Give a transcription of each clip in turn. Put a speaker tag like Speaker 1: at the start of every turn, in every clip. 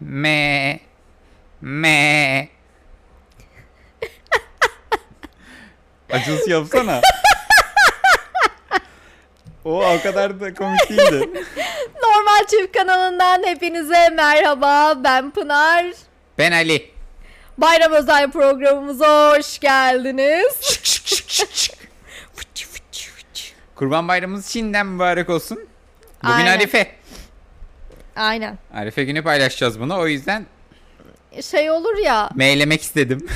Speaker 1: Me. Me. Acısı yapsana. o o kadar da komik değildi.
Speaker 2: Normal Çift kanalından hepinize merhaba. Ben Pınar.
Speaker 1: Ben Ali.
Speaker 2: Bayram özel programımıza hoş geldiniz.
Speaker 1: Kurban Bayramımız şimdiden mübarek olsun. Bugün
Speaker 2: Aynen.
Speaker 1: Arife.
Speaker 2: Aynen.
Speaker 1: Arife günü paylaşacağız bunu. O yüzden
Speaker 2: Şey olur ya.
Speaker 1: meylemek istedim.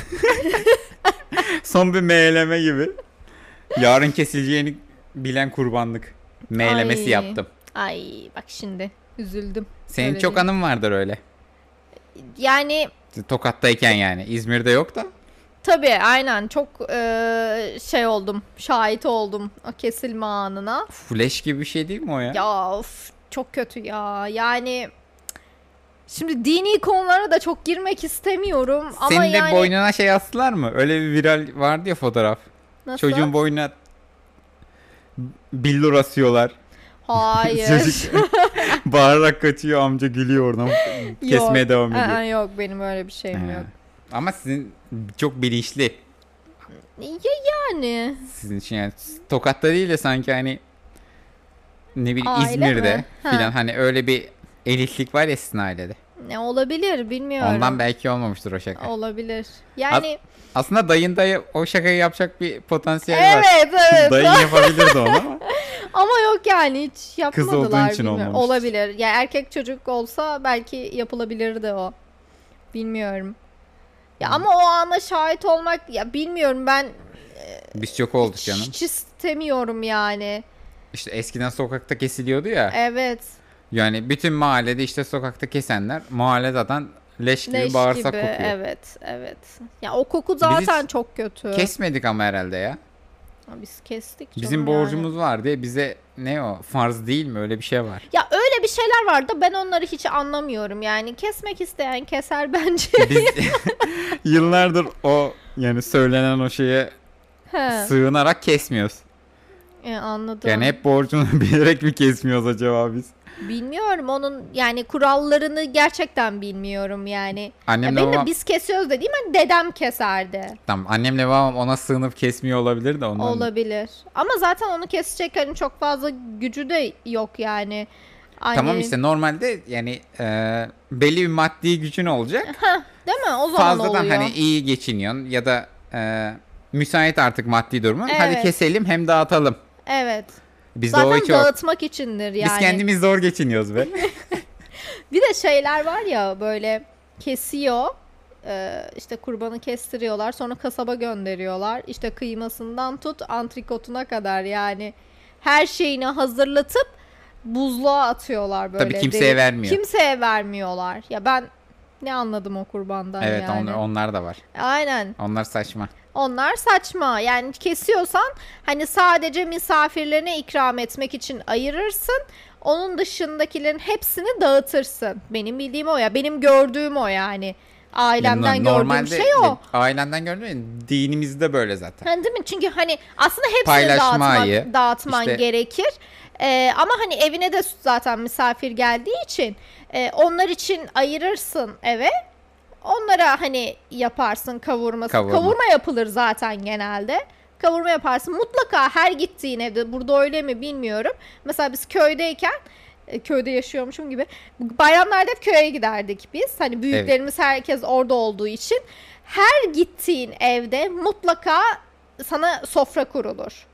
Speaker 1: Son bir meyleme gibi. Yarın kesileceğini bilen kurbanlık. Meylemesi
Speaker 2: Ay.
Speaker 1: yaptım.
Speaker 2: Ay bak şimdi üzüldüm.
Speaker 1: Senin
Speaker 2: Öyle
Speaker 1: çok
Speaker 2: değil.
Speaker 1: anın vardır öyle.
Speaker 2: Yani
Speaker 1: Tokat'tayken yani. İzmir'de yok da.
Speaker 2: tabii aynen çok e, şey oldum. Şahit oldum o kesilme anına.
Speaker 1: Flash gibi bir şey değil mi o ya?
Speaker 2: Ya of, çok kötü ya. Yani şimdi dini konulara da çok girmek istemiyorum ama
Speaker 1: Senin de
Speaker 2: yani
Speaker 1: boynuna şey astılar mı? Öyle bir viral vardı ya fotoğraf.
Speaker 2: nasıl?
Speaker 1: Çocuğun boynuna billur asıyorlar.
Speaker 2: Hayır.
Speaker 1: Çocuk bağırarak kaçıyor amca gülüyor oradan. Kesmeye
Speaker 2: Yok.
Speaker 1: devam ediyor.
Speaker 2: Aa, yok benim öyle bir şeyim
Speaker 1: Ee,
Speaker 2: yok.
Speaker 1: Ama sizin çok bilinçli.
Speaker 2: Ya yani
Speaker 1: Sizin için yani Tokat'ta değil de sanki hani ne bileyim
Speaker 2: Aile
Speaker 1: İzmir'de
Speaker 2: mi? Ha.
Speaker 1: filan hani öyle bir elitlik var ya sizin ailede.
Speaker 2: ne olabilir bilmiyorum.
Speaker 1: Ondan belki olmamıştır o şaka.
Speaker 2: olabilir. Yani
Speaker 1: Aslında dayın dayı o şakayı yapacak bir potansiyel şey var.
Speaker 2: evet evet.
Speaker 1: Dayın yapabilirdi onu ama.
Speaker 2: Ama yok yani hiç
Speaker 1: olduğun
Speaker 2: yapmadılar
Speaker 1: için
Speaker 2: bilmiyorum.
Speaker 1: olmamıştır.
Speaker 2: Olabilir. Ya erkek çocuk olsa belki yapılabilirdi o. Bilmiyorum.
Speaker 1: Hmm.
Speaker 2: Ya ama o ana şahit olmak ya bilmiyorum ben
Speaker 1: Biz çok olduk canım.
Speaker 2: hiç istemiyorum yani.
Speaker 1: İşte eskiden sokakta kesiliyordu ya.
Speaker 2: Evet.
Speaker 1: Yani bütün mahallede işte sokakta kesenler mahalle zaten leş gibi
Speaker 2: Leş gibi.
Speaker 1: bağırsak kokuyor.
Speaker 2: Evet, evet. Ya o koku zaten çok kötü.
Speaker 1: Kesmedik ama herhalde ya.
Speaker 2: Biz kestik canım
Speaker 1: Bizim
Speaker 2: yani.
Speaker 1: borcumuz var diye bize ne o farz değil mi öyle bir şey var.
Speaker 2: Ya öyle bir şeyler var da ben onları hiç anlamıyorum. Yani kesmek isteyen keser bence.
Speaker 1: Biz yıllardır o yani söylenen o şeye
Speaker 2: He,
Speaker 1: sığınarak kesmiyoruz.
Speaker 2: e, anladım.
Speaker 1: Yani hep borcunu bilerek mi kesmiyoruz acaba biz?
Speaker 2: Bilmiyorum onun yani kurallarını gerçekten bilmiyorum yani. Ya
Speaker 1: Annemle
Speaker 2: benim de
Speaker 1: babam,
Speaker 2: biz kesiyoruz dediğim hani dedem keserdi.
Speaker 1: tamam, annemle babam ona sığınıp kesmiyor olabilir de ondan.
Speaker 2: Olabilir. Ama zaten onu kesecek hani çok fazla gücü de yok yani. Hani
Speaker 1: Tamam
Speaker 2: Annenin-
Speaker 1: işte normalde yani e, belli bir maddi gücün olacak.
Speaker 2: Değil mi? O zaman
Speaker 1: Fazladan
Speaker 2: oluyor.
Speaker 1: hani iyi geçiniyorsun ya da e, müsait artık maddi durumun. Hadi
Speaker 2: Evet.
Speaker 1: keselim hem dağıtalım.
Speaker 2: Evet.
Speaker 1: Bizde o
Speaker 2: Zaten
Speaker 1: hiç yok.
Speaker 2: dağıtmak içindir yani.
Speaker 1: Biz kendimiz zor geçiniyoruz be.
Speaker 2: Bir de şeyler var ya böyle kesiyor. Ee, işte kurbanı kestiriyorlar sonra kasaba gönderiyorlar işte kıymasından tut antrikotuna kadar yani her şeyini hazırlatıp buzluğa atıyorlar böyle
Speaker 1: Tabii kimseye
Speaker 2: delip.
Speaker 1: vermiyor.
Speaker 2: kimseye vermiyorlar ya ben ne anladım o kurbandan
Speaker 1: evet
Speaker 2: yani
Speaker 1: onlar, onlar da var.
Speaker 2: aynen
Speaker 1: Onlar saçma.
Speaker 2: onlar saçma yani kesiyorsan hani sadece misafirlerine ikram etmek için ayırırsın. Onun dışındakilerin hepsini dağıtırsın. Benim bildiğim o ya. Benim gördüğüm o yani. Ailemden
Speaker 1: Yani no-
Speaker 2: gördüğüm şey o.
Speaker 1: ya, Ailenden gördüğün dinimizde böyle zaten.
Speaker 2: Hani değil mi? Çünkü hani aslında hepsini
Speaker 1: Paylaşmayı,
Speaker 2: dağıtmak, dağıtman
Speaker 1: işte-
Speaker 2: gerekir. Ee, ama hani evine de zaten misafir geldiği için e, onlar için ayırırsın eve. Onlara hani yaparsın kavurması.
Speaker 1: Kavurma.
Speaker 2: Kavurma. yapılır zaten genelde. Kavurma yaparsın. Mutlaka her gittiğin evde burada öyle mi bilmiyorum. Mesela biz köydeyken e, köyde yaşıyormuşum gibi bayramlarda hep köye giderdik biz. Hani büyüklerimiz herkes orada olduğu için her gittiğin evde mutlaka sana sofra kurulur.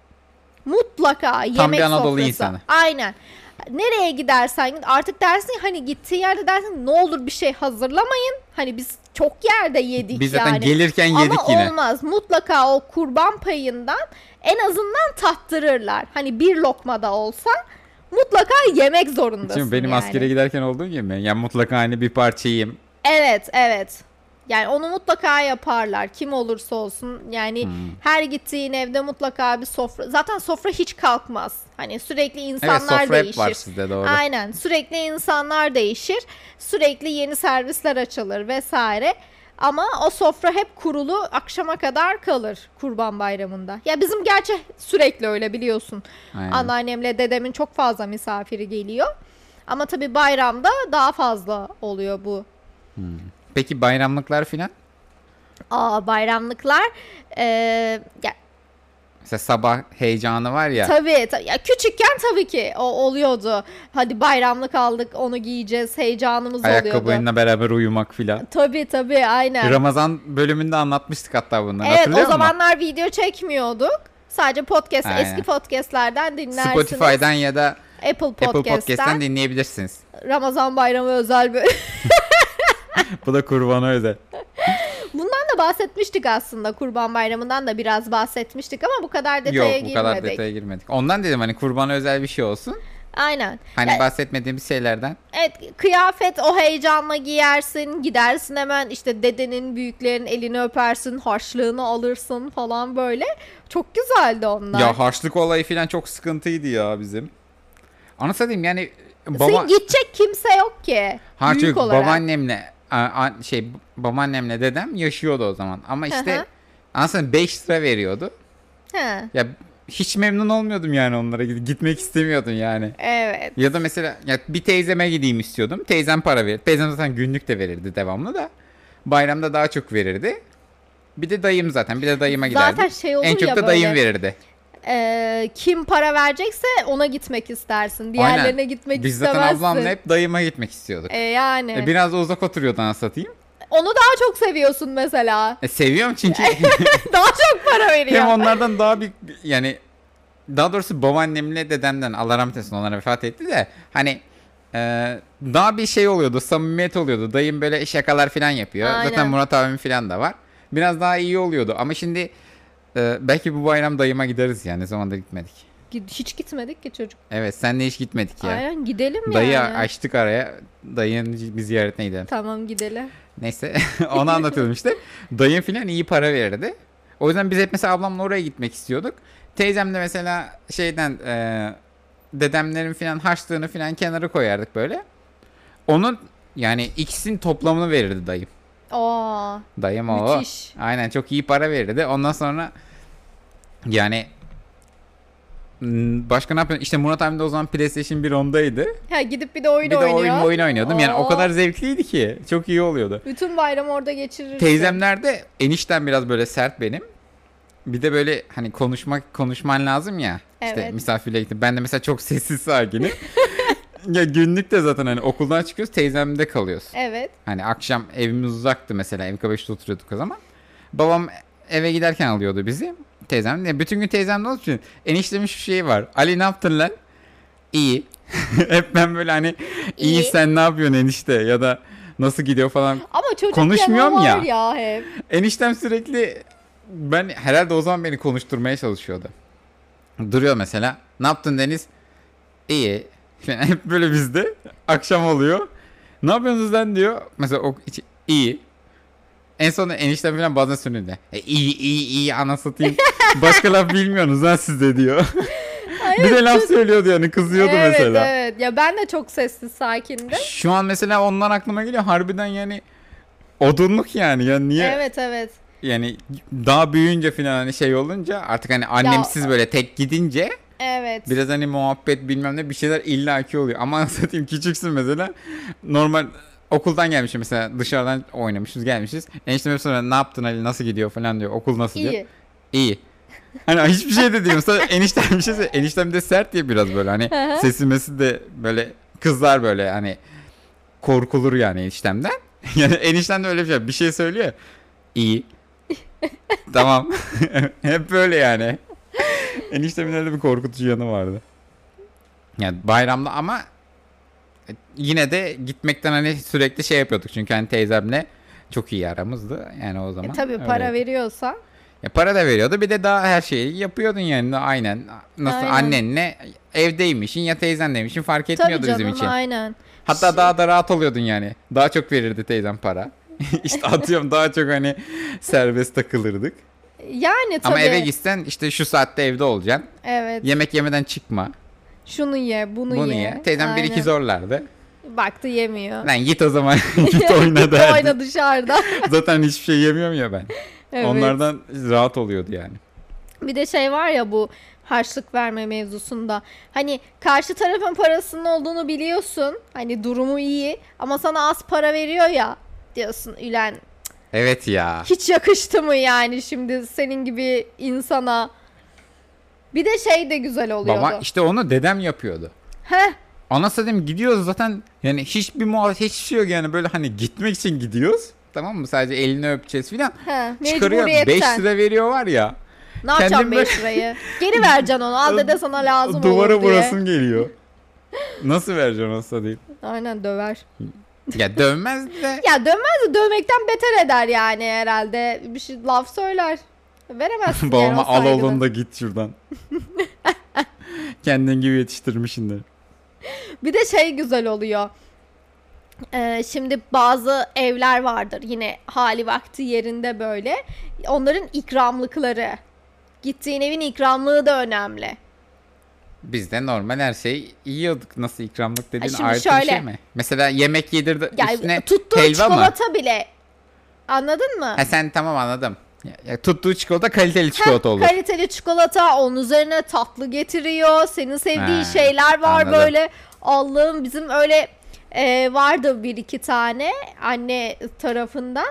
Speaker 2: Mutlaka yemek
Speaker 1: bir Anadolu
Speaker 2: sofrası.
Speaker 1: insanı.
Speaker 2: Aynen. Nereye gidersen git artık dersin ki, hani gittiğin yerde dersin ki, ne olur bir şey hazırlamayın. Hani biz çok yerde yedik
Speaker 1: Biz
Speaker 2: yani.
Speaker 1: zaten gelirken yedik
Speaker 2: Ama
Speaker 1: yine.
Speaker 2: olmaz. Mutlaka o kurban payından en azından tattırırlar. Hani bir lokma da olsa mutlaka yemek zorundasın.
Speaker 1: Şimdi benim
Speaker 2: yani.
Speaker 1: askere giderken olduğum gibi mi? Ya mutlaka hani bir parçayım.
Speaker 2: Evet, evet. Yani onu mutlaka yaparlar. Kim olursa olsun. Yani
Speaker 1: Hmm.
Speaker 2: her gittiğin evde mutlaka bir sofra. Zaten sofra hiç kalkmaz. Hani sürekli
Speaker 1: Evet
Speaker 2: insanlar
Speaker 1: sofra hep
Speaker 2: değişir.
Speaker 1: var sizde doğru.
Speaker 2: Aynen. Sürekli insanlar değişir. Sürekli yeni servisler açılır vesaire. Ama o sofra hep kurulu akşama kadar kalır Kurban Bayramı'nda. Ya bizim gerçi sürekli öyle biliyorsun.
Speaker 1: Aynen.
Speaker 2: Anneannemle dedemin çok fazla misafiri geliyor. Ama tabii bayramda daha fazla oluyor bu
Speaker 1: Peki bayramlıklar filan?
Speaker 2: Aa bayramlıklar. Ee, ya,
Speaker 1: Mesela sabah heyecanı var ya.
Speaker 2: Tabii, tabii. Ya küçükken tabii ki o oluyordu. Hadi bayramlık aldık, onu giyeceğiz, heyecanımız oluyordu.
Speaker 1: ayakkabıyla beraber uyumak filan.
Speaker 2: Tabii tabii aynen.
Speaker 1: Ramazan bölümünde anlatmıştık hatta bunları.
Speaker 2: evet
Speaker 1: Hatırlıyor
Speaker 2: o
Speaker 1: musun?
Speaker 2: zamanlar video çekmiyorduk. Sadece podcast,
Speaker 1: Aynen.
Speaker 2: eski podcastlerden dinlersiniz.
Speaker 1: Spotify'dan ya da
Speaker 2: Apple Podcast'ten.
Speaker 1: Apple Podcast'ten dinleyebilirsiniz.
Speaker 2: Ramazan bayramı özel böyle.
Speaker 1: Bu da kurban özel.
Speaker 2: Bundan da bahsetmiştik aslında. Kurban bayramından da biraz bahsetmiştik ama bu kadar detaya
Speaker 1: Yok bu
Speaker 2: girmedik.
Speaker 1: kadar detaya girmedik. Ondan dedim hani kurbana özel bir şey olsun.
Speaker 2: Aynen.
Speaker 1: Hani
Speaker 2: Ya-
Speaker 1: bahsetmediğimiz şeylerden.
Speaker 2: Evet kıyafet o heyecanla giyersin gidersin hemen işte dedenin büyüklerin elini öpersin harçlığını alırsın falan böyle. Çok güzeldi onlar.
Speaker 1: Ya harçlık olayı filan çok sıkıntıydı ya bizim. Anı satayım yani baba
Speaker 2: Senin gidecek kimse yok ki.
Speaker 1: harçlık
Speaker 2: büyük olarak.
Speaker 1: babaannemle a- a- şey babaannemle dedem yaşıyordu o zaman. Ama
Speaker 2: Hı hı.
Speaker 1: işte aslında 5 lira veriyordu.
Speaker 2: He,
Speaker 1: Ya hiç memnun olmuyordum yani onlara gid- gitmek istemiyordum yani.
Speaker 2: Evet.
Speaker 1: Ya da mesela ya bir teyzeme gideyim istiyordum. Teyzem para verir. Teyzem zaten günlük de verirdi devamlı da. Bayramda daha çok verirdi. Bir de dayım zaten. Bir de dayıma giderdim.
Speaker 2: Zaten şey olur
Speaker 1: en çok
Speaker 2: ya
Speaker 1: da dayım
Speaker 2: böyle.
Speaker 1: verirdi.
Speaker 2: Ee, kim para verecekse ona gitmek istersin.
Speaker 1: Aynen.
Speaker 2: Diğerlerine gitmek
Speaker 1: Biz zaten
Speaker 2: istemezsin.
Speaker 1: ablamla hep dayıma gitmek istiyorduk.
Speaker 2: E, yani.
Speaker 1: E, biraz da uzak oturuyordu anasını satayım.
Speaker 2: Onu daha çok seviyorsun mesela.
Speaker 1: E, seviyorum çünkü
Speaker 2: daha çok para veriyor.
Speaker 1: hem onlardan daha bir yani daha doğrusu babaannemle dedemden Allah rahmet eylesin onlara vefat etti de hani e, daha bir şey oluyordu samimiyet oluyordu dayım böyle şakalar falan yapıyor
Speaker 2: Aynen.
Speaker 1: zaten Murat abim falan da var biraz daha iyi oluyordu ama şimdi e, belki bu bayram dayıma gideriz yani ne zamandır gitmedik
Speaker 2: Hiç gitmedik ki çocuk.
Speaker 1: evet senle hiç gitmedik ya
Speaker 2: Aynen gidelim
Speaker 1: dayı
Speaker 2: yani.
Speaker 1: açtık araya dayının bir ziyaretine gidelim
Speaker 2: Tamam gidelim.
Speaker 1: Neyse onu anlatıyordum işte. Dayım filan iyi para verirdi. O yüzden biz hep mesela ablamla oraya gitmek istiyorduk. Teyzem de mesela şeyden e, dedemlerin filan harçlığını filan kenara koyardık böyle. Onun yani ikisinin toplamını verirdi dayım.
Speaker 2: Aa,
Speaker 1: Dayım o.
Speaker 2: Müthiş.
Speaker 1: Aynen çok iyi para verirdi. Ondan sonra yani m, başka ne yapıyorsun? İşte Murat abim de o zaman PlayStation 1 ondaydı.
Speaker 2: ha gidip bir de oyun
Speaker 1: Bir de
Speaker 2: oynuyor.
Speaker 1: oyun, oyun oynuyordum. Yani o
Speaker 2: Aa.
Speaker 1: kadar zevkliydi ki. Çok iyi oluyordu.
Speaker 2: Bütün bayramı orada geçirirsin.
Speaker 1: Teyzemler de enişten biraz böyle sert benim. Bir de böyle hani konuşmak konuşman lazım ya. İşte
Speaker 2: Evet.
Speaker 1: misafirle gittim. Ben de mesela çok sessiz sakinim. ya günlük de zaten hani okuldan çıkıyoruz teyzemde kalıyoruz.
Speaker 2: Evet.
Speaker 1: Hani akşam evimiz uzaktı mesela MK5'te oturuyorduk o zaman. Babam eve giderken alıyordu bizi. Teyzem de bütün gün teyzemde olduğu için eniştemin şu şeyi var. Ali ne yaptın lan? İyi. Hep ben böyle hani iyi,
Speaker 2: İyi.
Speaker 1: sen ne yapıyorsun enişte ya da nasıl gidiyor falan
Speaker 2: Ama çocuk
Speaker 1: Konuşmuyorum
Speaker 2: yanı
Speaker 1: ya.
Speaker 2: var ya hep.
Speaker 1: Eniştem sürekli ben herhalde o zaman beni konuşturmaya çalışıyordu. Duruyor mesela. Ne yaptın Deniz? İyi. Yani hep böyle bizde. Akşam oluyor. Ne yapıyorsunuz lan diyor. Mesela o içi- iyi. En sonunda eniştem falan bazen sönüldü. E, iyi iyi iyi ana satayım. Başka laf bilmiyorsunuz lan siz de diyor. bir de laf söylüyordu yani kızıyordu
Speaker 2: evet,
Speaker 1: mesela.
Speaker 2: Evet Ya ben de çok sessiz sakindim.
Speaker 1: Şu an mesela ondan aklıma geliyor. Harbiden yani odunluk yani. Yani niye
Speaker 2: Evet evet.
Speaker 1: yani daha büyüyünce falan hani şey olunca artık hani annemsiz böyle tek gidince
Speaker 2: Evet.
Speaker 1: biraz hani muhabbet bilmem ne bir şeyler illaki oluyor. Ama satayım küçüksün mesela normal okuldan gelmişim mesela dışarıdan oynamışız gelmişiz. Eniştem hep sonra ne yaptın Ali nasıl gidiyor falan diyor okul nasıl diyor.
Speaker 2: İyi. E,
Speaker 1: İyi. Hani hiçbir şey de diyorum. Sonra eniştem bir şey söyle- Eniştem de sert diye biraz böyle hani
Speaker 2: Hı hı.
Speaker 1: sesimesi de böyle kızlar böyle hani korkulur yani eniştemden. Yani eniştem de öyle bir şey. Bir şey söylüyor. İyi. tamam. Hep böyle yani. Eniştemin öyle bir korkutucu yanı vardı. Yani bayramda ama yine de gitmekten hani sürekli şey yapıyorduk. Çünkü hani teyzemle çok iyi aramızdı. Yani o zaman.
Speaker 2: E, tabii
Speaker 1: öyle.
Speaker 2: para veriyorsan.
Speaker 1: Ya para da veriyordu. Bir de daha her şeyi yapıyordun yani. Aynen. Nasıl
Speaker 2: Aynen.
Speaker 1: annenle evdeymişsin ya teyzendeymişsin fark etmiyordu
Speaker 2: tabii canım şey.
Speaker 1: bizim için.
Speaker 2: aynen.
Speaker 1: Hatta daha da rahat oluyordun yani. Daha çok verirdi teyzem para. işte atıyorum daha çok hani serbest takılırdık.
Speaker 2: Yani tabii.
Speaker 1: Ama eve gitsen işte şu saatte evde olacaksın.
Speaker 2: Evet.
Speaker 1: Yemek yemeden çıkma.
Speaker 2: Şunu ye, bunu,
Speaker 1: Bunu
Speaker 2: ye.
Speaker 1: ye. Teyzem bir iki
Speaker 2: Aynen.
Speaker 1: zorlardı.
Speaker 2: Baktı yemiyor.
Speaker 1: Lan git o zaman git oyna
Speaker 2: Gitti
Speaker 1: derdi.
Speaker 2: oyna dışarıda.
Speaker 1: Zaten hiçbir şey yemiyorum ya ben.
Speaker 2: evet.
Speaker 1: Onlardan rahat oluyordu yani.
Speaker 2: Bir de şey var ya bu harçlık verme mevzusunda. Hani karşı tarafın parasının olduğunu biliyorsun. Hani durumu iyi ama sana az para veriyor ya. diyorsun Ülen.
Speaker 1: Evet ya.
Speaker 2: Hiç yakıştı mı yani şimdi senin gibi insana? Bir de şey de güzel oluyordu.
Speaker 1: Baba işte onu dedem yapıyordu.
Speaker 2: Heh,
Speaker 1: Anası dedim gidiyoruz zaten yani hiçbir muhabbet hiçbir şey yok yani böyle hani gitmek için gidiyoruz. Tamam mı? Sadece elini öpeceğiz filan.
Speaker 2: heh,
Speaker 1: Çıkarıyor 5
Speaker 2: mecburiyetten.
Speaker 1: lira veriyor var ya.
Speaker 2: Ne yapacağım
Speaker 1: Kendim
Speaker 2: 5 lirayı? Geri vereceksin onu. Al dede sana lazım
Speaker 1: Duvara
Speaker 2: olur diye.
Speaker 1: vurasın geliyor. Nasıl vereceksin hasta değil.
Speaker 2: Aynen döver.
Speaker 1: Ya dövmez de.
Speaker 2: Ya dövmez de dövmekten beter eder yani herhalde. Bir şey laf söyler. Veremezsin yani
Speaker 1: Babama
Speaker 2: o
Speaker 1: al
Speaker 2: saygını.
Speaker 1: oğlum da git şuradan. Kendin gibi yetiştirmişsin de.
Speaker 2: Bir de şey güzel oluyor. Ee, şimdi bazı evler vardır yine hali vakti yerinde böyle. Onların ikramlıkları. Gittiğin evin ikramlığı da önemli.
Speaker 1: Biz de normal her şeyi yiyorduk. Nasıl ikramlık dediğin
Speaker 2: şimdi
Speaker 1: ayrı bir
Speaker 2: şöyle.
Speaker 1: şey mi? Mesela yemek yedirdi
Speaker 2: Yani
Speaker 1: üstüne
Speaker 2: tuttuğun
Speaker 1: helva mı?
Speaker 2: çikolata bile. Anladın mı?
Speaker 1: Ha sen tamam anladım. Ya- ya tuttuğu çikolata kaliteli çikolata
Speaker 2: Heh,
Speaker 1: olur.
Speaker 2: Kaliteli çikolata onun üzerine tatlı getiriyor. Senin sevdiğin
Speaker 1: Ha,
Speaker 2: şeyler var
Speaker 1: anladım.
Speaker 2: böyle. Allah'ım bizim öyle e, vardı bir iki tane anne tarafında.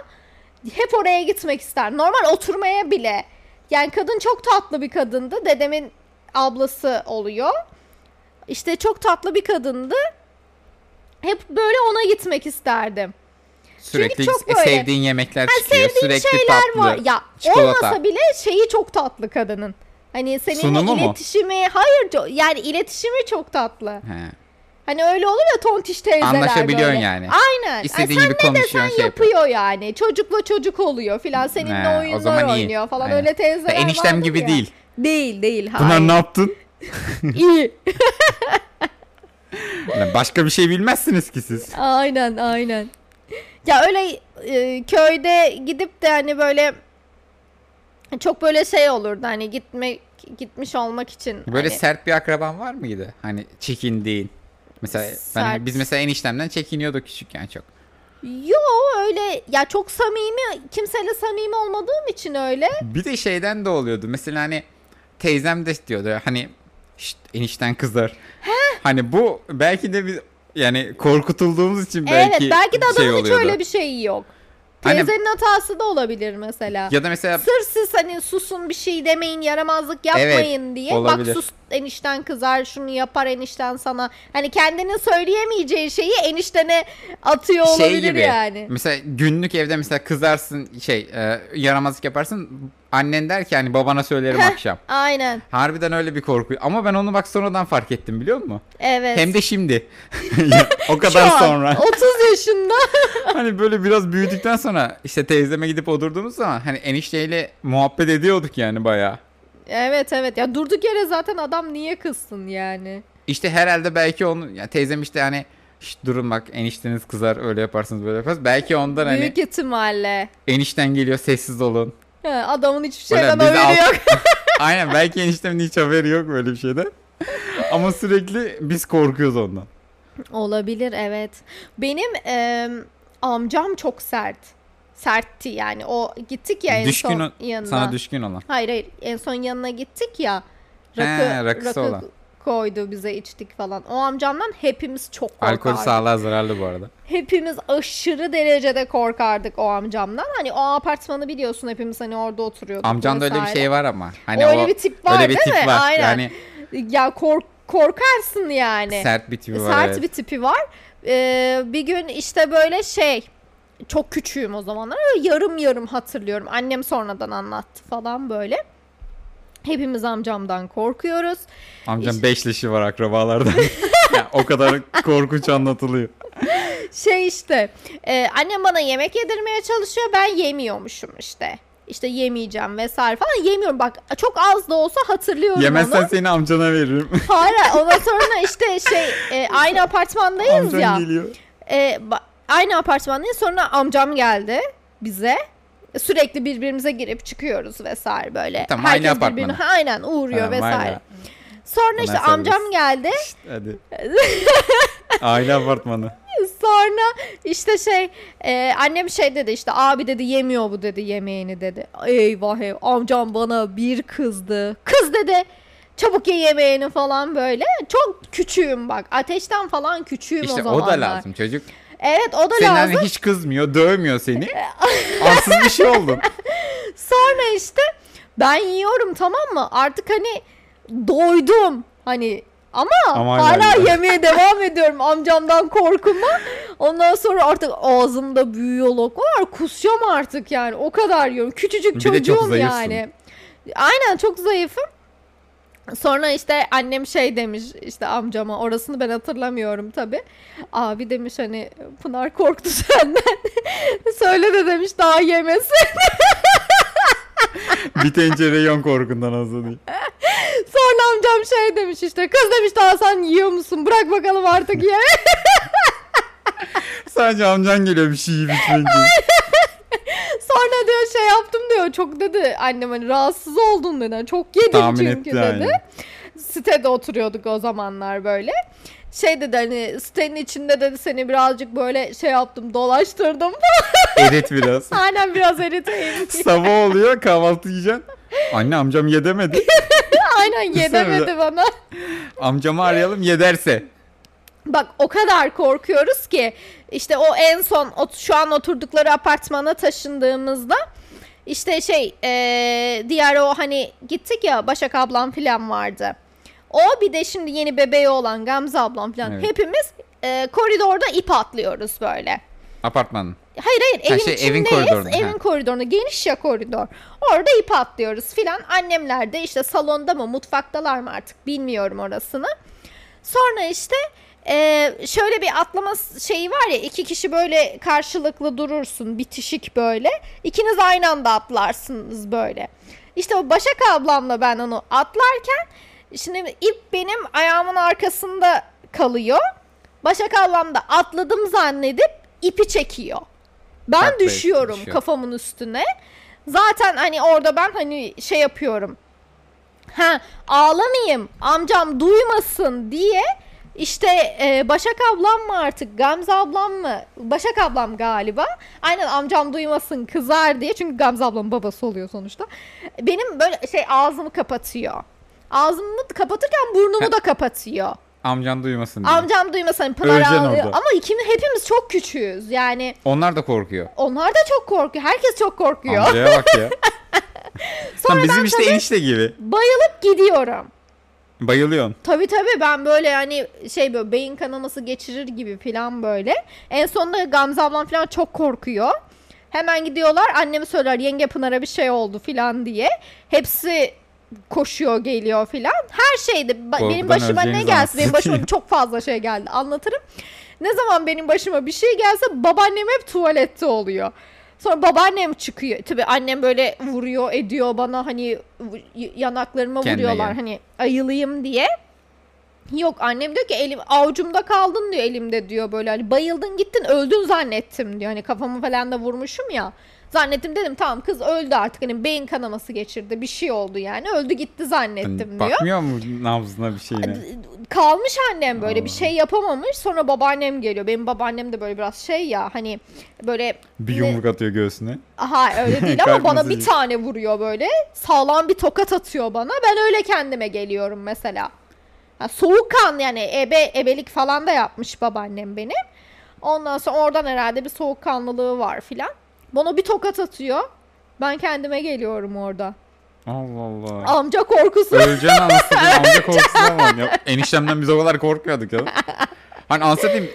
Speaker 2: Hep oraya gitmek ister. Normal oturmaya bile. Yani kadın çok tatlı bir kadındı. Dedemin ablası oluyor. İşte çok tatlı bir kadındı. Hep böyle ona gitmek isterdim.
Speaker 1: Sürekli
Speaker 2: çok
Speaker 1: e,
Speaker 2: böyle.
Speaker 1: sevdiğin yemekler çıkıyor.
Speaker 2: sevdiğin
Speaker 1: Sürekli
Speaker 2: şeyler
Speaker 1: tatlı.
Speaker 2: var. Ya
Speaker 1: çikolata.
Speaker 2: olmasa bile şeyi çok tatlı kadının. Hani seninle
Speaker 1: Sunumu mu?
Speaker 2: iletişimi, hayır co- yani iletişimi çok tatlı.
Speaker 1: He.
Speaker 2: Hani öyle olur ya tontiş teyzeler
Speaker 1: Anlaşabiliyorsun
Speaker 2: böyle.
Speaker 1: yani.
Speaker 2: Aynen.
Speaker 1: İstediğin
Speaker 2: Ay
Speaker 1: gibi
Speaker 2: sen ne
Speaker 1: konuşuyorsun,
Speaker 2: desen
Speaker 1: şey
Speaker 2: yapıyor yani. Çocukla çocuk oluyor filan. Seninle
Speaker 1: He, o
Speaker 2: oyunlar
Speaker 1: zaman iyi.
Speaker 2: oynuyor falan
Speaker 1: Aynen.
Speaker 2: öyle
Speaker 1: Ya
Speaker 2: teyzeler
Speaker 1: eniştem
Speaker 2: vardır
Speaker 1: gibi
Speaker 2: ya.
Speaker 1: değil.
Speaker 2: Değil değil. Hayır.
Speaker 1: Bunlar ne yaptın?
Speaker 2: İyi.
Speaker 1: Lan Başka bir şey bilmezsiniz ki siz.
Speaker 2: Aynen aynen. Ya öyle e, köyde gidip de hani böyle çok böyle şey olurdu hani gitmek gitmiş olmak için.
Speaker 1: Böyle
Speaker 2: hani,
Speaker 1: sert bir akraban var mıydı? Hani çekindiğin. Mesela ben,
Speaker 2: Sert.
Speaker 1: hani biz mesela eniştemden çekiniyorduk küçükken çok.
Speaker 2: yo öyle ya çok samimi kimseyle samimi olmadığım için öyle.
Speaker 1: Bir de şeyden de oluyordu. Mesela hani teyzem de diyordu hani "Şşt, enişten kızar. Hani bu belki de biz yani korkutulduğumuz için belki
Speaker 2: evet belki de
Speaker 1: şey
Speaker 2: adamın hiç
Speaker 1: oluyordu.
Speaker 2: öyle bir şeyi yok.
Speaker 1: Hani-
Speaker 2: Teyzenin hatası da olabilir mesela.
Speaker 1: Ya da mesela
Speaker 2: Sırf siz hani susun bir şey demeyin yaramazlık yapmayın diye.
Speaker 1: olabilir.
Speaker 2: Bak sus enişten kızar şunu yapar enişten sana. Hani kendinin söyleyemeyeceği şeyi eniştene atıyor
Speaker 1: şey
Speaker 2: olabilir
Speaker 1: gibi.
Speaker 2: yani.
Speaker 1: Mesela günlük evde mesela kızarsın şey e, yaramazlık yaparsın. Annen der ki hani babana söylerim
Speaker 2: Heh.
Speaker 1: akşam.
Speaker 2: Aynen
Speaker 1: Harbiden öyle bir korku. Ama ben onu bak sonradan fark ettim biliyor musun?
Speaker 2: evet.
Speaker 1: Hem de şimdi. Ya, o kadar
Speaker 2: Şu an
Speaker 1: sonra.
Speaker 2: 30 yaşında.
Speaker 1: hani böyle biraz büyüdükten sonra işte teyzeme gidip oturduğumuz zaman hani enişteyle muhabbet ediyorduk yani bayağı.
Speaker 2: evet evet ya durduk yere zaten adam niye kızsın yani.
Speaker 1: İşte herhalde belki onu ya teyzem işte hani "Şşt, durun bak enişteniz kızar öyle yaparsınız böyle yaparsınız. Belki ondan hani
Speaker 2: Büyük ihtimalle.
Speaker 1: enişten geliyor sessiz olun.
Speaker 2: He, adamın hiçbir
Speaker 1: Ulan
Speaker 2: şeyden
Speaker 1: biz de
Speaker 2: haberi
Speaker 1: alt-
Speaker 2: yok.
Speaker 1: Aynen belki eniştemin hiç haberi yok böyle bir şeyden. Ama sürekli biz korkuyoruz ondan.
Speaker 2: Olabilir evet. Benim em, amcam çok sert. Sertti yani. O gittik ya en
Speaker 1: düşkün
Speaker 2: son
Speaker 1: o-
Speaker 2: yanına.
Speaker 1: sana düşkün olan.
Speaker 2: Hayır hayır. En son yanına gittik ya. Rakı,
Speaker 1: He, rakısı
Speaker 2: rakı
Speaker 1: olan.
Speaker 2: koydu bize içtik falan. O amcamdan hepimiz çok korkardık.
Speaker 1: Alkol sağlığa zararlı bu arada.
Speaker 2: Hepimiz aşırı derecede korkardık o amcamdan. Hani o apartmanı biliyorsun hepimiz hani orada oturuyorduk.
Speaker 1: Amcanda öyle bir
Speaker 2: vesaire.
Speaker 1: şey var ama. Hani
Speaker 2: Öyle
Speaker 1: o,
Speaker 2: bir tip var
Speaker 1: öyle bir
Speaker 2: değil
Speaker 1: tip
Speaker 2: mi?
Speaker 1: var.
Speaker 2: Aynen.
Speaker 1: Yani
Speaker 2: Ya kork korkarsın yani.
Speaker 1: sert bir tipi var.
Speaker 2: Hani sert
Speaker 1: evet.
Speaker 2: bir tipi var. Ee, bir gün işte böyle şey çok küçüğüm o zamanlar ama yarım yarım hatırlıyorum. Annem sonradan anlattı falan böyle. Hepimiz amcamdan korkuyoruz.
Speaker 1: Amcam
Speaker 2: İş-
Speaker 1: beşleşi var akrabalardan. Ya, o kadar korkunç anlatılıyor.
Speaker 2: Şey işte e, annem bana yemek yedirmeye çalışıyor ben yemiyormuşum işte. İşte yemeyeceğim vesaire falan yemiyorum bak çok az da olsa hatırlıyorum
Speaker 1: Yemezsen
Speaker 2: onu.
Speaker 1: seni amcana veririm.
Speaker 2: Hayır ondan sonra işte şey e, aynı apartmandayız
Speaker 1: Amcan
Speaker 2: ya.
Speaker 1: geliyor.
Speaker 2: E, ba- aynı apartmandayız. Sonra amcam geldi bize. Sürekli birbirimize girip çıkıyoruz vesaire böyle.
Speaker 1: Tamam, aynı apartmana.
Speaker 2: birbirine- ha, aynen uğuruyor
Speaker 1: Ha,
Speaker 2: vesaire.
Speaker 1: hala.
Speaker 2: Sonra işte
Speaker 1: Hemen
Speaker 2: amcam geldi.
Speaker 1: Şşt, hadi. Aile apartmanı.
Speaker 2: Sonra işte şey e, annem şey dedi işte abi dedi yemiyor bu dedi yemeğini dedi. Eyvah eyvah amcam bana bir kızdı. Kız dedi çabuk ye yemeğini falan böyle. Çok küçüğüm bak ateşten falan küçüğüm o
Speaker 1: İşte
Speaker 2: zamanlar.
Speaker 1: o da lazım çocuk.
Speaker 2: Evet o da
Speaker 1: Senin
Speaker 2: lazım.
Speaker 1: annen hiç kızmıyor, dövmüyor seni. Ansız bir şey oldun.
Speaker 2: Sonra işte ben yiyorum tamam mı? Artık hani doydum hani ama,
Speaker 1: Ama hala
Speaker 2: hala
Speaker 1: yiyor.
Speaker 2: yemeye devam ediyorum amcamdan korkuma. Ondan sonra artık ağzımda büyüyor lokma var. Kusacağım artık yani. O kadar yiyorum. Küçücük
Speaker 1: Bir de çok
Speaker 2: çocuğum
Speaker 1: zayıfsın.
Speaker 2: yani. Aynen çok zayıfım. Sonra işte annem şey demiş işte amcama orasını ben hatırlamıyorum tabi. Abi demiş hani Pınar korktu senden. Söyle de demiş daha yemesin.
Speaker 1: Bir tencere yon korkundan azalıyor.
Speaker 2: Sonra amcam şey demiş işte kız demiş daha sen yiyor musun bırak bakalım artık ye.
Speaker 1: Sadece amcan geliyor bir şey yiyip içmek için.
Speaker 2: Sonra diyor şey yaptım diyor çok dedi annem hani rahatsız oldun dedi Hani çok yedim
Speaker 1: Tahmin
Speaker 2: çünkü
Speaker 1: etti
Speaker 2: dedi.
Speaker 1: yani.
Speaker 2: Sitede oturuyorduk o zamanlar böyle. Şey dedi hani sitenin içinde dedi seni birazcık böyle şey yaptım dolaştırdım.
Speaker 1: Evet biraz.
Speaker 2: Aynen biraz eriteyim.
Speaker 1: Sabah oluyor kahvaltı yiyeceksin. Anne amcam yedemedi.
Speaker 2: Aynen yedemedi bana.
Speaker 1: Amcamı arayalım yederse.
Speaker 2: Bak o kadar korkuyoruz ki işte o en son ot- şu an oturdukları apartmana taşındığımızda işte şey eee, diğer o hani gittik ya Başak ablam filan vardı. O bir de şimdi yeni bebeği olan Gamze ablam filan
Speaker 1: Evet.
Speaker 2: hepimiz eee, koridorda ip atlıyoruz böyle.
Speaker 1: Apartmanın.
Speaker 2: Hayır hayır
Speaker 1: Ha,
Speaker 2: evin
Speaker 1: şey, evin
Speaker 2: içindeyiz. Evin
Speaker 1: koridorunda,
Speaker 2: koridorunda.
Speaker 1: ha.
Speaker 2: Geniş ya koridor. Orada ip atlıyoruz filan. Annemler de işte salonda mı mutfaktalar mı artık bilmiyorum orasını. Sonra işte e, şöyle bir atlama s- şeyi var ya iki kişi böyle karşılıklı durursun bitişik böyle. İkiniz aynı anda atlarsınız böyle. İşte o Başak ablamla ben onu atlarken şimdi ip benim ayağımın arkasında kalıyor. Başak ablam da atladım zannedip ipi çekiyor. Ben
Speaker 1: Takla ipi
Speaker 2: düşüyorum
Speaker 1: düşüyor.
Speaker 2: kafamın üstüne. Zaten hani orada ben hani şey yapıyorum. Ha ağlamayayım amcam duymasın diye işte e, Başak ablam mı artık Gamze ablam mı Başak ablam galiba aynen amcam duymasın kızar diye çünkü Gamze ablamın babası oluyor sonuçta benim böyle şey ağzımı kapatıyor ağzımı kapatırken burnumu da kapatıyor
Speaker 1: Amcan duymasın diye.
Speaker 2: amcam duymasın hani Pınar
Speaker 1: Öleceksin
Speaker 2: ağlıyor
Speaker 1: orada.
Speaker 2: ama ikimiz hepimiz çok küçüğüz yani
Speaker 1: Onlar da korkuyor.
Speaker 2: onlar da çok korkuyor herkes çok korkuyor
Speaker 1: Amcaya bak ya. Tam
Speaker 2: sonra
Speaker 1: bizim işte enişte gibi.
Speaker 2: bayılıp gidiyorum
Speaker 1: Bayılıyorsun.
Speaker 2: Tabii tabii ben böyle yani şey böyle beyin kanaması geçirir gibi falan böyle. En sonunda Gamze ablam falan çok korkuyor. Hemen gidiyorlar annemi söyler yenge Pınar'a bir şey oldu falan diye. Hepsi koşuyor geliyor falan. Her şeydi. Ba- benim
Speaker 1: Korkudan
Speaker 2: başıma ne
Speaker 1: öleceğiniz
Speaker 2: gelsin? Benim
Speaker 1: anasını
Speaker 2: başıma çok fazla şey geldi anlatırım. Ne zaman benim başıma bir şey gelse babaannem hep tuvalette oluyor. Sonra babaannem çıkıyor. Tabii annem böyle vuruyor ediyor bana hani v- yanaklarıma
Speaker 1: Kendine
Speaker 2: vuruyorlar
Speaker 1: gel.
Speaker 2: hani ayılayım diye. Yok annem diyor ki elim avucumda kaldın diyor elimde diyor böyle hani bayıldın gittin öldün zannettim diyor. Hani kafamı falan da vurmuşum ya. Zannettim dedim tamam kız öldü artık hani beyin kanaması geçirdi bir şey oldu yani öldü gitti zannettim diyor.
Speaker 1: Bakmıyor mu nabzına bir şeyine?
Speaker 2: Kalmış annem böyle bir
Speaker 1: Aa.
Speaker 2: şey yapamamış sonra babaannem geliyor. Benim babaannem de böyle biraz şey ya hani böyle
Speaker 1: Bir yumruk atıyor göğsüne.
Speaker 2: Aha öyle değil ama bana
Speaker 1: Kalkması
Speaker 2: bir
Speaker 1: iyi.
Speaker 2: tane vuruyor böyle. Sağlam bir tokat atıyor bana. Ben öyle kendime geliyorum mesela. Ha, soğukkanlı yani ebe ebelik falan da yapmış babaannem benim. Ondan sonra oradan herhalde bir soğukkanlılığı var filan. Bana bir tokat atıyor. Ben kendime geliyorum orada.
Speaker 1: Allah Allah.
Speaker 2: Amca korkusu.
Speaker 1: Öleceksin anasını amca korkusundan var. Ya, eniştemden biz o kadar korkuyorduk ya. Hani anlatayım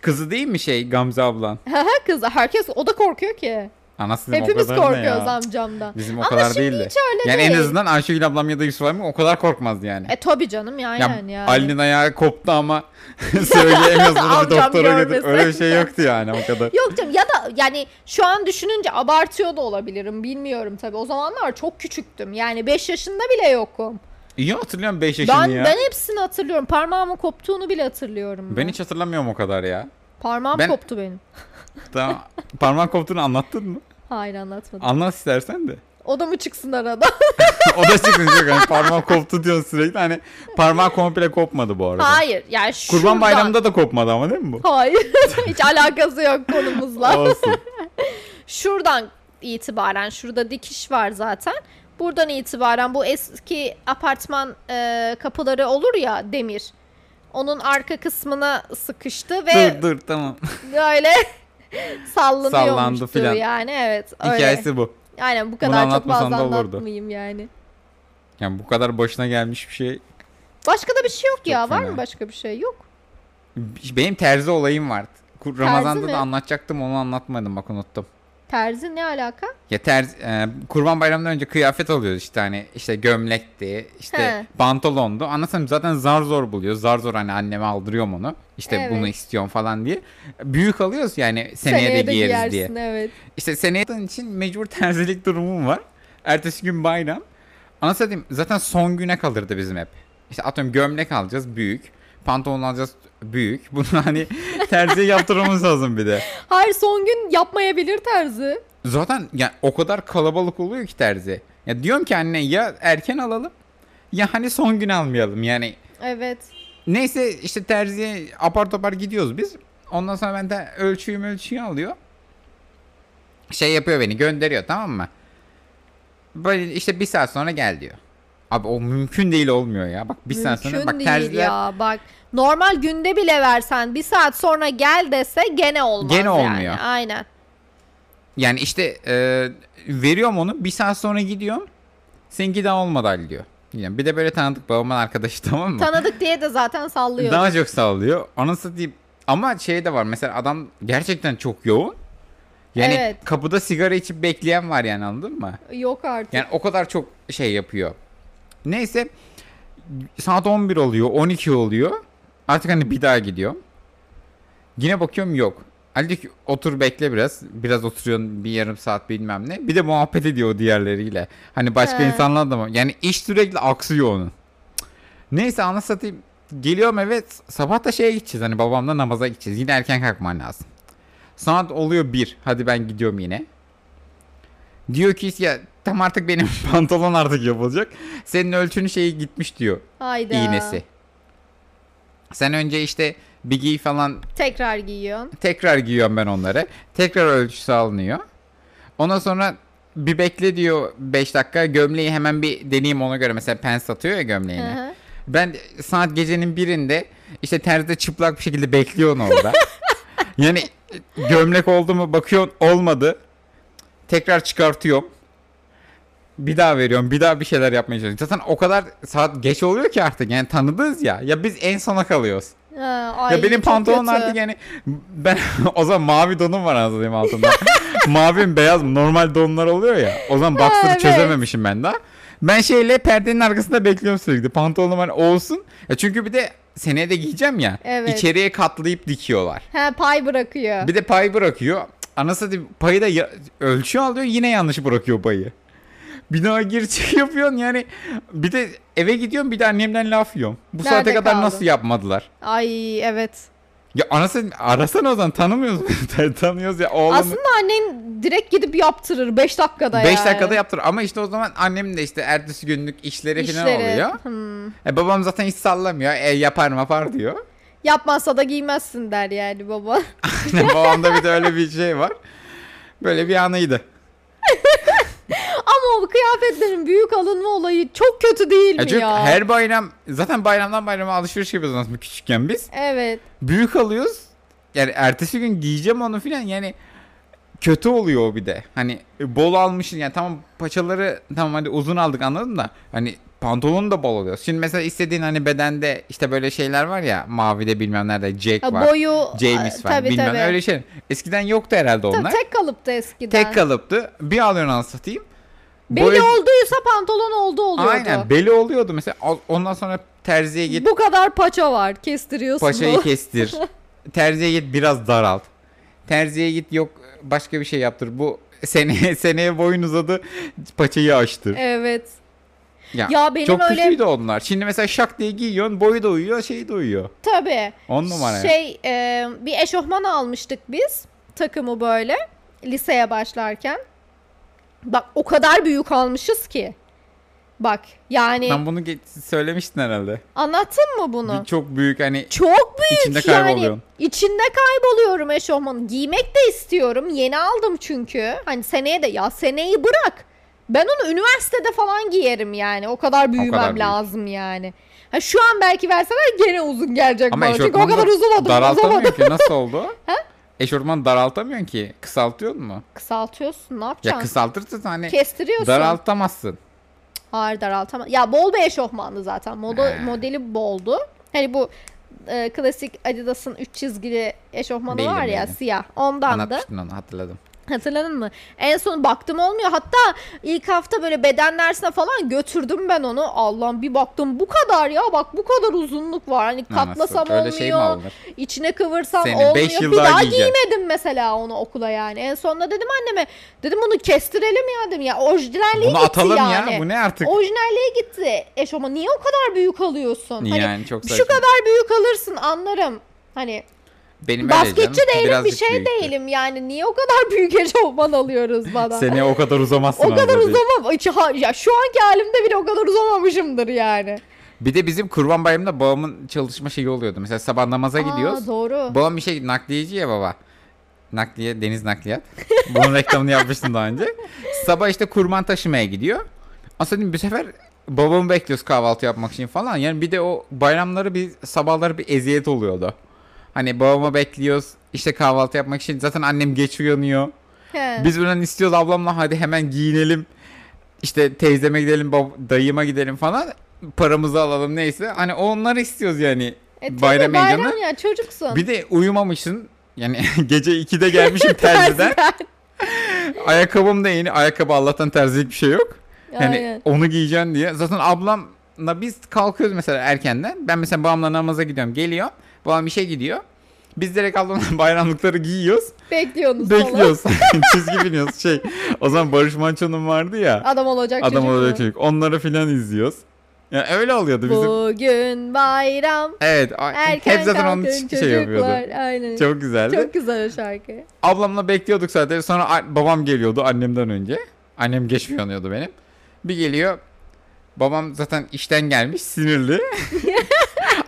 Speaker 1: kızı değil mi şey Gamze ablan?
Speaker 2: Haha, Kız herkes o da korkuyor ki.
Speaker 1: Anasını
Speaker 2: Hepimiz
Speaker 1: o kadar ne ya?
Speaker 2: korkuyoruz amcamdan.
Speaker 1: Bizim o
Speaker 2: Ama
Speaker 1: kadar
Speaker 2: şimdi
Speaker 1: değildi.
Speaker 2: hiç öyle
Speaker 1: yani en
Speaker 2: değil.
Speaker 1: azından Ayşegül ablam ya da Yusuf abim o kadar korkmaz yani.
Speaker 2: E tabi canım ya
Speaker 1: ya,
Speaker 2: aynen yani.
Speaker 1: Ali'nin ayağı koptu ama söyleyemiyoruz bunu bir
Speaker 2: Amcam
Speaker 1: doktora götür.
Speaker 2: görmesin.
Speaker 1: Öyle bir şey yoktu yani o kadar.
Speaker 2: Yok canım ya da yani şu an düşününce abartıyor da olabilirim bilmiyorum tabii. O zamanlar çok küçüktüm yani 5 yaşında bile yokum.
Speaker 1: İyi hatırlıyorum 5 yaşını
Speaker 2: Ben,
Speaker 1: ya.
Speaker 2: ben hepsini hatırlıyorum parmağımın koptuğunu bile hatırlıyorum.
Speaker 1: Ben hiç hatırlamıyorum o kadar ya.
Speaker 2: Parmağım
Speaker 1: ben-
Speaker 2: koptu benim.
Speaker 1: Tamam. Parmak koptuğunu anlattın mı?
Speaker 2: Hayır anlatmadım.
Speaker 1: Anlat istersen de.
Speaker 2: O da mı çıksın arada?
Speaker 1: o da çıkmayacak hani parmağı koptu diyorsun sürekli. Hani parmağı komple kopmadı bu arada.
Speaker 2: Hayır yani şuradan.
Speaker 1: Kurban Bayramı'nda da kopmadı ama değil mi bu?
Speaker 2: Hayır hiç alakası yok konumuzla.
Speaker 1: Olsun.
Speaker 2: şuradan itibaren şurada dikiş var zaten. Buradan itibaren bu eski apartman e, kapıları olur ya demir. onun arka kısmına sıkıştı ve
Speaker 1: Dur dur tamam.
Speaker 2: böyle sallanıyormuş
Speaker 1: Sallandı
Speaker 2: duruyor
Speaker 1: filan.
Speaker 2: yani evet öyle.
Speaker 1: Hikayesi bu.
Speaker 2: Aynen bu kadar çok
Speaker 1: anlatmasan
Speaker 2: fazla
Speaker 1: da olurdu.
Speaker 2: anlatmayayım yani.
Speaker 1: Yani bu kadar başına gelmiş bir şey.
Speaker 2: Başka da bir şey yok ya var mı
Speaker 1: fena.
Speaker 2: başka bir şey yok.
Speaker 1: Benim terzi olayım vardı. Kur- Ramazan'da
Speaker 2: mi?
Speaker 1: da anlatacaktım onu anlatmadım bak unuttum.
Speaker 2: Terzi ne alaka?
Speaker 1: Ya terzi, e, Kurban Bayramı'ndan önce kıyafet alıyoruz işte hani işte gömlekti, işte
Speaker 2: He.
Speaker 1: pantolondu. Anlatsam zaten zar zor buluyor. Zar zor hani anneme aldırıyorum onu. İşte
Speaker 2: Evet.
Speaker 1: bunu istiyorum falan diye. Büyük alıyoruz yani seneye, de giyeriz diye.
Speaker 2: giyersin, Evet.
Speaker 1: İşte seneye yaptığın için mecbur terzilik durumum var. Ertesi gün bayram. Anasını satayım zaten son güne kalırdı bizim hep. İşte atıyorum gömlek alacağız büyük. Pantolon alacağız büyük. Bunu hani terziye yaptırmamız lazım bir de.
Speaker 2: Hayır son gün yapmayabilir terzi.
Speaker 1: Zaten ya o kadar kalabalık oluyor ki terzi. Ya diyorum ki anne ya erken alalım ya hani son gün almayalım yani.
Speaker 2: Evet.
Speaker 1: Neyse işte terziye apar topar gidiyoruz biz. Ondan sonra ben de ölçüyü ölçüyü alıyor. Şey yapıyor beni gönderiyor tamam mı? Böyle işte bir saat sonra gel diyor. Abi o mümkün değil olmuyor ya. Bak bir saat sonra
Speaker 2: Mümkün
Speaker 1: bak
Speaker 2: değil
Speaker 1: terziler
Speaker 2: ya bak. Normal günde bile versen bir saat sonra gel dese gene olmaz
Speaker 1: Gene
Speaker 2: yani.
Speaker 1: olmuyor.
Speaker 2: Aynen.
Speaker 1: yani işte e, veriyorum onu bir saat sonra gidiyorum. Seninki daha olmadı Ali diyor. Yani bir de böyle tanıdık babamın arkadaşı tamam mı?
Speaker 2: Tanıdık diye de zaten sallıyor.
Speaker 1: Daha çok sallıyor. Anası deyip ama şey de var mesela adam gerçekten çok yoğun. Yani
Speaker 2: Evet.
Speaker 1: kapıda sigara içip bekleyen var yani anladın mı?
Speaker 2: Yok artık.
Speaker 1: Yani o kadar çok şey yapıyor. Neyse saat 11 oluyor 12 oluyor. Artık hani bir daha gidiyorum. Yine bakıyorum yok. Ali diyor ki otur bekle biraz. Biraz oturuyorsun bir yarım saat bilmem ne. Bir de muhabbet ediyor o diğerleriyle. Hani başka
Speaker 2: He.
Speaker 1: insanlarla da mı? Yani iş sürekli aksıyor onun. Neyse anı satayım. Geliyorum eve sabah da şeye gideceğiz. Hani babamla namaza gideceğiz. Yine erken kalkman lazım. Saat oluyor bir. Hadi ben gidiyorum yine. Diyor ki ya tam artık benim pantolon artık yapılacak. Senin ölçünü şeyi gitmiş diyor
Speaker 2: Hayda.
Speaker 1: iğnesi. Sen önce işte bir giy falan
Speaker 2: Tekrar giyiyorsun.
Speaker 1: tekrar giyiyorum ben onları. Tekrar ölçüsü alınıyor. Ondan sonra bir bekle diyor 5 dakika gömleği hemen bir deneyeyim ona göre. Mesela pens atıyor ya gömleğini.
Speaker 2: Hı hı.
Speaker 1: Ben saat gecenin birinde işte terzide çıplak bir şekilde bekliyorsun orada. yani gömlek oldu mu bakıyorsun olmadı. Tekrar çıkartıyorum. Bir daha veriyorum. Bir daha bir şeyler yapmaya çalışıyorum. Zaten o kadar saat geç oluyor ki artık. Yani tanıdığız ya. Ya biz en sona kalıyoruz.
Speaker 2: Ha, ay,
Speaker 1: ya benim
Speaker 2: çok
Speaker 1: pantolon
Speaker 2: kötü.
Speaker 1: artık yani ben o zaman mavi donum var anlatayım altında. mavi mi beyaz mı normal donlar oluyor ya. O zaman boxer'ı
Speaker 2: evet.
Speaker 1: çözememişim ben daha. Ben şeyle perdenin arkasında bekliyorum sürekli. Pantolonum hani olsun. Ya çünkü bir de seneye de giyeceğim ya.
Speaker 2: Evet.
Speaker 1: İçeriye katlayıp dikiyorlar.
Speaker 2: He pay bırakıyor.
Speaker 1: Bir de pay bırakıyor. Anası da payı da ya- ölçü alıyor yine yanlış bırakıyor payı. Bina gir çık yapıyorsun yani. Bir de eve gidiyorum bir de annemden laf yiyorum. Bu
Speaker 2: Nerede
Speaker 1: saate kadar
Speaker 2: kaldı?
Speaker 1: nasıl yapmadılar?
Speaker 2: Ay evet.
Speaker 1: Ya anasını arasana o zaman tanımıyoruz. mu? Tanıyoruz ya oğlum.
Speaker 2: Aslında annen direkt gidip yaptırır 5 dakikada
Speaker 1: 5
Speaker 2: yani.
Speaker 1: dakikada yaptır ama işte o zaman annem de işte ertesi günlük işleri, falan
Speaker 2: İşleri.
Speaker 1: oluyor.
Speaker 2: Hmm.
Speaker 1: E, babam zaten hiç sallamıyor. E, yapar yapar diyor.
Speaker 2: Yapmazsa da giymezsin der yani baba.
Speaker 1: Babamda bir de öyle bir şey var. Böyle bir anıydı. E,
Speaker 2: Ama o kıyafetlerin büyük alınma olayı çok kötü değil
Speaker 1: Ya
Speaker 2: mi
Speaker 1: çünkü
Speaker 2: ya?
Speaker 1: her bayram zaten bayramdan bayrama alışveriş yapıyoruz aslında küçükken biz.
Speaker 2: Evet.
Speaker 1: Büyük alıyoruz. Yani ertesi gün giyeceğim onu filan yani kötü oluyor o bir de. Hani bol almışsın yani tamam paçaları tamam hadi uzun aldık anladın da hani pantolon da bol oluyor. Şimdi mesela istediğin hani bedende işte böyle şeyler var ya mavide bilmem nerede Jack
Speaker 2: Ha,
Speaker 1: var.
Speaker 2: boyu
Speaker 1: James
Speaker 2: a,
Speaker 1: var
Speaker 2: tabii,
Speaker 1: bilmem
Speaker 2: tabii.
Speaker 1: öyle şey. Eskiden yoktu herhalde
Speaker 2: Tabii,
Speaker 1: onlar.
Speaker 2: tek kalıptı eskiden.
Speaker 1: Tek kalıptı. Bir alıyorsun anasını satayım.
Speaker 2: Beli
Speaker 1: Boyu-
Speaker 2: olduysa pantolon oldu oluyordu.
Speaker 1: Aynen beli oluyordu mesela. Al- Ondan sonra terziye git.
Speaker 2: Bu kadar paça var kestiriyorsun
Speaker 1: Paçayı
Speaker 2: bu.
Speaker 1: kestir. Terziye git biraz daralt. Terziye git yok başka bir şey yaptır. Bu seneye seneye boyun uzadı. Paçayı açtır.
Speaker 2: Evet.
Speaker 1: Ya,
Speaker 2: Ya benim
Speaker 1: çok
Speaker 2: öyle-
Speaker 1: kötüydü onlar. Şimdi mesela şak diye giyiyorsun. Boyu da uyuyor, şey de uyuyor.
Speaker 2: Tabii.
Speaker 1: On numara. ya.
Speaker 2: Şey e, bir eşofman almıştık biz takımı böyle liseye başlarken. Bak o kadar büyük almışız ki. Bak yani
Speaker 1: Sen bunu ge- söylemiştin herhalde.
Speaker 2: anlattın mı bunu?
Speaker 1: Bir Çok büyük hani
Speaker 2: Çok büyük
Speaker 1: İçinde
Speaker 2: yani.
Speaker 1: kayboluyorsun.
Speaker 2: İçinde kayboluyorum eşofmanı. Giymek de istiyorum. Yeni aldım çünkü. Hani seneye de ya seneyi bırak. Ben onu üniversitede falan giyerim yani. O kadar büyümem
Speaker 1: büyük.
Speaker 2: lazım yani. Ha şu an belki verseler gene uzun gelecek
Speaker 1: Ama
Speaker 2: bana. Çünkü o
Speaker 1: eşofmanı
Speaker 2: kadar
Speaker 1: da
Speaker 2: uzun adım uzamadım.
Speaker 1: Daraltamıyorsun ki nasıl oldu? Eşofmanı daraltamıyorsun ki. Kısaltıyorsun mu?
Speaker 2: Kısaltıyorsun ne yapacaksın?
Speaker 1: Ya kısaltırsın hani
Speaker 2: Kestiriyorsun.
Speaker 1: daraltamazsın.
Speaker 2: Hayır daraltama. Ya bol bir eşofmandı zaten. Moda,
Speaker 1: He.
Speaker 2: modeli boldu. Hani bu e, klasik Adidas'ın üç çizgili eşofmanı
Speaker 1: Bildim,
Speaker 2: var ya
Speaker 1: bildim.
Speaker 2: siyah. Ondan da.
Speaker 1: Anlatmıştın onu hatırladım.
Speaker 2: Hatırladın mı? En son baktım olmuyor. Hatta ilk hafta böyle beden dersine falan götürdüm ben onu. Allah'ım bir baktım bu kadar ya. Bak bu kadar uzunluk var. Hani
Speaker 1: Anasını.
Speaker 2: katlasam
Speaker 1: Öyle
Speaker 2: olmuyor.
Speaker 1: şey mi alınır?
Speaker 2: İçine kıvırsam
Speaker 1: Seni
Speaker 2: olmuyor.
Speaker 1: beş yıl
Speaker 2: bir
Speaker 1: daha
Speaker 2: daha
Speaker 1: giyeceksin.
Speaker 2: giymedim mesela onu okula yani. En sonunda dedim anneme dedim bunu kestirelim ya dedim ya orijinalliği
Speaker 1: Bunu
Speaker 2: gitti
Speaker 1: atalım
Speaker 2: yani.
Speaker 1: ya. Bu ne artık?
Speaker 2: Orijinalliğe gitti. Eşoma niye o kadar büyük alıyorsun? Hani
Speaker 1: yani çok saçma.
Speaker 2: şu kadar büyük alırsın anlarım. Hani
Speaker 1: Benim öyle
Speaker 2: basketçi
Speaker 1: canım,
Speaker 2: değilim bir
Speaker 1: birazcık
Speaker 2: şey
Speaker 1: büyüktü.
Speaker 2: değilim yani. Niye o kadar büyük eşofman alıyoruz bana?
Speaker 1: Seneye o kadar uzamazsın.
Speaker 2: o kadar
Speaker 1: anladın.
Speaker 2: uzamam. Hiç- ha- Ya şu anki halimde bile o kadar uzamamışımdır yani.
Speaker 1: Bir de bizim kurban bayramında babamın çalışma şeyi oluyordu. Mesela sabah namaza gidiyoruz.
Speaker 2: Aa, doğru.
Speaker 1: Babam bir şey nakliyeci ya baba. Nakliye, deniz nakliyat. Bunun reklamını yapmıştım daha önce. Sabah işte kurban taşımaya gidiyor. Aslında bir sefer babamı bekliyoruz kahvaltı yapmak için falan. Yani bir de o bayramları bir sabahları bir eziyet oluyordu. Hani babamı bekliyoruz işte kahvaltı yapmak için. Zaten annem geç uyanıyor.
Speaker 2: He. E,
Speaker 1: Biz buradan istiyoruz ablamla hadi hemen giyinelim. İşte teyzeme gidelim, bab- dayıma gidelim falan. Paramızı alalım neyse. Hani onları istiyoruz yani.
Speaker 2: E tabii,
Speaker 1: bayram heyecanı.
Speaker 2: Bayram ya çocuksun.
Speaker 1: Bir de uyumamışsın. Yani gece 2'de gelmişim terziden. Ayakkabım da yeni. Ayakkabı Allah'tan terzilik bir şey yok. Yani
Speaker 2: Aynen.
Speaker 1: onu giyeceksin diye. Zaten ablamla biz kalkıyoruz mesela erkenden. Ben mesela babamla namaza gidiyorum. Geliyor. Babam işe gidiyor. Biz direkt ablamla bayramlıkları giyiyoruz.
Speaker 2: Bekliyorsunuz falan.
Speaker 1: Bekliyoruz. Çizgi biniyoruz. Şey, o zaman Barış Manço'nun vardı ya.
Speaker 2: Adam olacak
Speaker 1: Adam
Speaker 2: çocuk
Speaker 1: olacak
Speaker 2: mu?
Speaker 1: çocuk. Onları filan izliyoruz. Yani öyle oluyordu bizim.
Speaker 2: Bugün bayram.
Speaker 1: Evet. a-
Speaker 2: Erken
Speaker 1: hep zaten onun
Speaker 2: kalkın
Speaker 1: için şey yapıyordu.
Speaker 2: çocuklar. Aynen. Çok,
Speaker 1: Çok güzeldi.
Speaker 2: güzel o şarkı.
Speaker 1: Ablamla bekliyorduk zaten. Sonra a- babam geliyordu annemden önce. Annem geç uyanıyordu benim. Bir geliyor. Babam zaten işten gelmiş sinirli.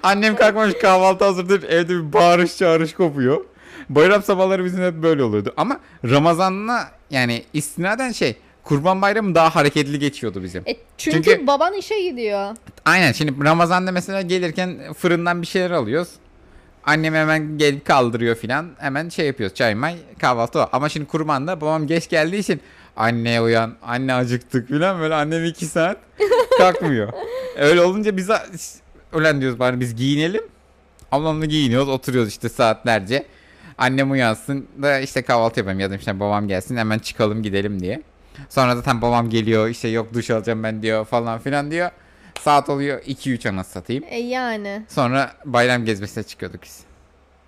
Speaker 1: Annem kalkmamış kahvaltı hazırlayıp evde bir bağırış çağırış kopuyor. Bayram sabahları bizim hep böyle oluyordu. Ama Ramazan'la yani istinaden şey Kurban Bayramı daha hareketli geçiyordu bizim.
Speaker 2: E çünkü,
Speaker 1: Çünkü-
Speaker 2: baban işe gidiyor.
Speaker 1: Aynen şimdi Ramazan'da mesela gelirken fırından bir şeyler alıyoruz. Annem hemen gelip kaldırıyor filan. Hemen şey yapıyoruz çay may kahvaltı o. Ama şimdi kurbanda babam geç geldiği için anne uyan anne acıktık filan böyle annem iki saat kalkmıyor. Öyle olunca biz a- ölen diyoruz bari biz giyinelim. Ablamla giyiniyoruz oturuyoruz işte saatlerce. Annem uyansın da işte kahvaltı yapayım ya da işte babam gelsin hemen çıkalım gidelim diye. Sonra zaten babam geliyor işte yok duş alacağım ben diyor falan filan diyor. Saat oluyor 2-3 ana satayım.
Speaker 2: E yani.
Speaker 1: Sonra bayram gezmesine çıkıyorduk biz.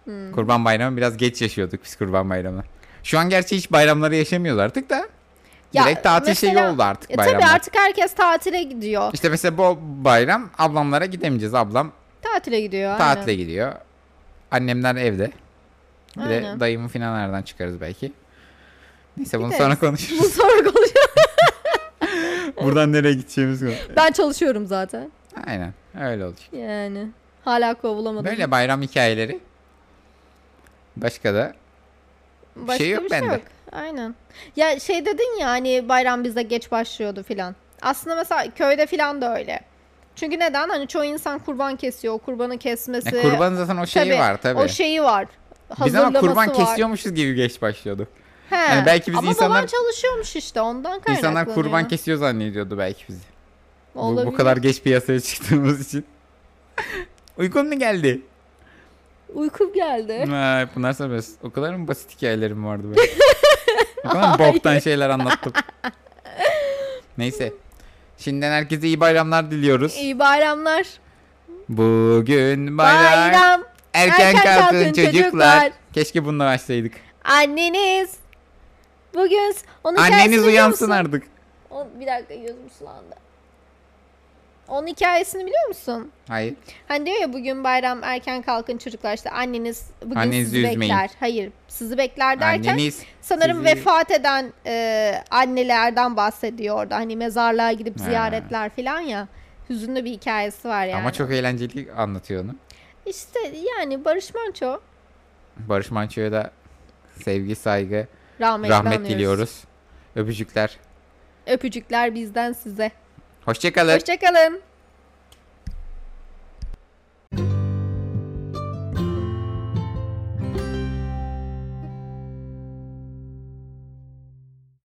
Speaker 2: Hmm.
Speaker 1: Kurban bayramı biraz geç yaşıyorduk biz kurban bayramı. Şu an gerçi hiç bayramları yaşamıyoruz artık da.
Speaker 2: Ya
Speaker 1: Direkt tatil şeyi
Speaker 2: mesela-
Speaker 1: oldu artık
Speaker 2: E
Speaker 1: bayramlar.
Speaker 2: tabii artık herkes tatile gidiyor.
Speaker 1: İşte mesela bu bayram ablamlara gidemeyeceğiz. Ablam
Speaker 2: Tatile gidiyor.
Speaker 1: tatile gidiyor. Annemler evde. Bir
Speaker 2: Aynen.
Speaker 1: de dayımı falan nereden çıkarız belki. Neyse bunu
Speaker 2: Gideriz.
Speaker 1: sonra
Speaker 2: Aynen. Bu
Speaker 1: konuşuruz.
Speaker 2: sonra konuşuyor.
Speaker 1: Buradan nereye gideceğimiz konu.
Speaker 2: Ben çalışıyorum zaten.
Speaker 1: Aynen öyle olacak.
Speaker 2: Yani. Hala kovulamadım.
Speaker 1: Böyle bayram hikayeleri. Başka da
Speaker 2: Başka
Speaker 1: şey yok bende.
Speaker 2: Aynen. Ya şey dedin ya hani bayram bizde geç başlıyordu filan. Aslında mesela köyde filan da öyle. Çünkü neden? Hani çoğu insan kurban kesiyor. O kurbanı kesmesi.
Speaker 1: Ya kurban zaten o şeyi
Speaker 2: Tabii,
Speaker 1: var tabii.
Speaker 2: O şeyi var.
Speaker 1: biz ama
Speaker 2: Hazırlaması
Speaker 1: kurban
Speaker 2: var.
Speaker 1: kesiyormuşuz gibi geç başlıyorduk.
Speaker 2: He.
Speaker 1: Yani belki biz
Speaker 2: Ama baban
Speaker 1: insanlar-
Speaker 2: çalışıyormuş işte ondan kaynaklanıyor.
Speaker 1: İnsanlar kurban kesiyor zannediyordu belki bizi. Bu, bu
Speaker 2: Olabilir.
Speaker 1: kadar geç piyasaya çıktığımız için. Uykun mu geldi?
Speaker 2: Uykum geldi.
Speaker 1: Ay, Pınar Serbest. O kadar mı basit hikayelerim vardı böyle? o kadar mı boktan şeyler anlattım. Neyse. Şimdiden herkese iyi bayramlar diliyoruz.
Speaker 2: İyi bayramlar.
Speaker 1: Bugün bayram.
Speaker 2: Bayram.
Speaker 1: Erken,
Speaker 2: Erken
Speaker 1: kalkın,
Speaker 2: kalkın
Speaker 1: çocuklar.
Speaker 2: çocuklar.
Speaker 1: Keşke bununla başlaydık.
Speaker 2: Anneniz. Bugün onun hikayesini
Speaker 1: Anneniz
Speaker 2: biliyor
Speaker 1: uyansın
Speaker 2: musun?
Speaker 1: artık.
Speaker 2: O- bir dakika gözüm sulandı. Onun hikayesini biliyor musun?
Speaker 1: Hayır.
Speaker 2: Hani diyor ya bugün bayram erken kalkın çocuklar işte anneniz bugün
Speaker 1: Annenizi
Speaker 2: sizi
Speaker 1: üzmeyin.
Speaker 2: bekler. Hayır sizi bekler derken
Speaker 1: Anneniz.
Speaker 2: sanırım
Speaker 1: sizi-
Speaker 2: vefat eden e, annelerden bahsediyor orada. Hani mezarlığa gidip
Speaker 1: Ha.
Speaker 2: ziyaretler falan ya. Hüzünlü bir hikayesi var yani.
Speaker 1: Ama çok eğlenceli anlatıyor onu.
Speaker 2: İşte yani Barış Manço
Speaker 1: Barış Manço'ya da sevgi, saygı,
Speaker 2: rahmetli
Speaker 1: rahmet
Speaker 2: anıyoruz.
Speaker 1: diliyoruz. Öpücükler. Öpücükler bizden size.
Speaker 2: Hoşçakalın.
Speaker 1: Hoşçakalın.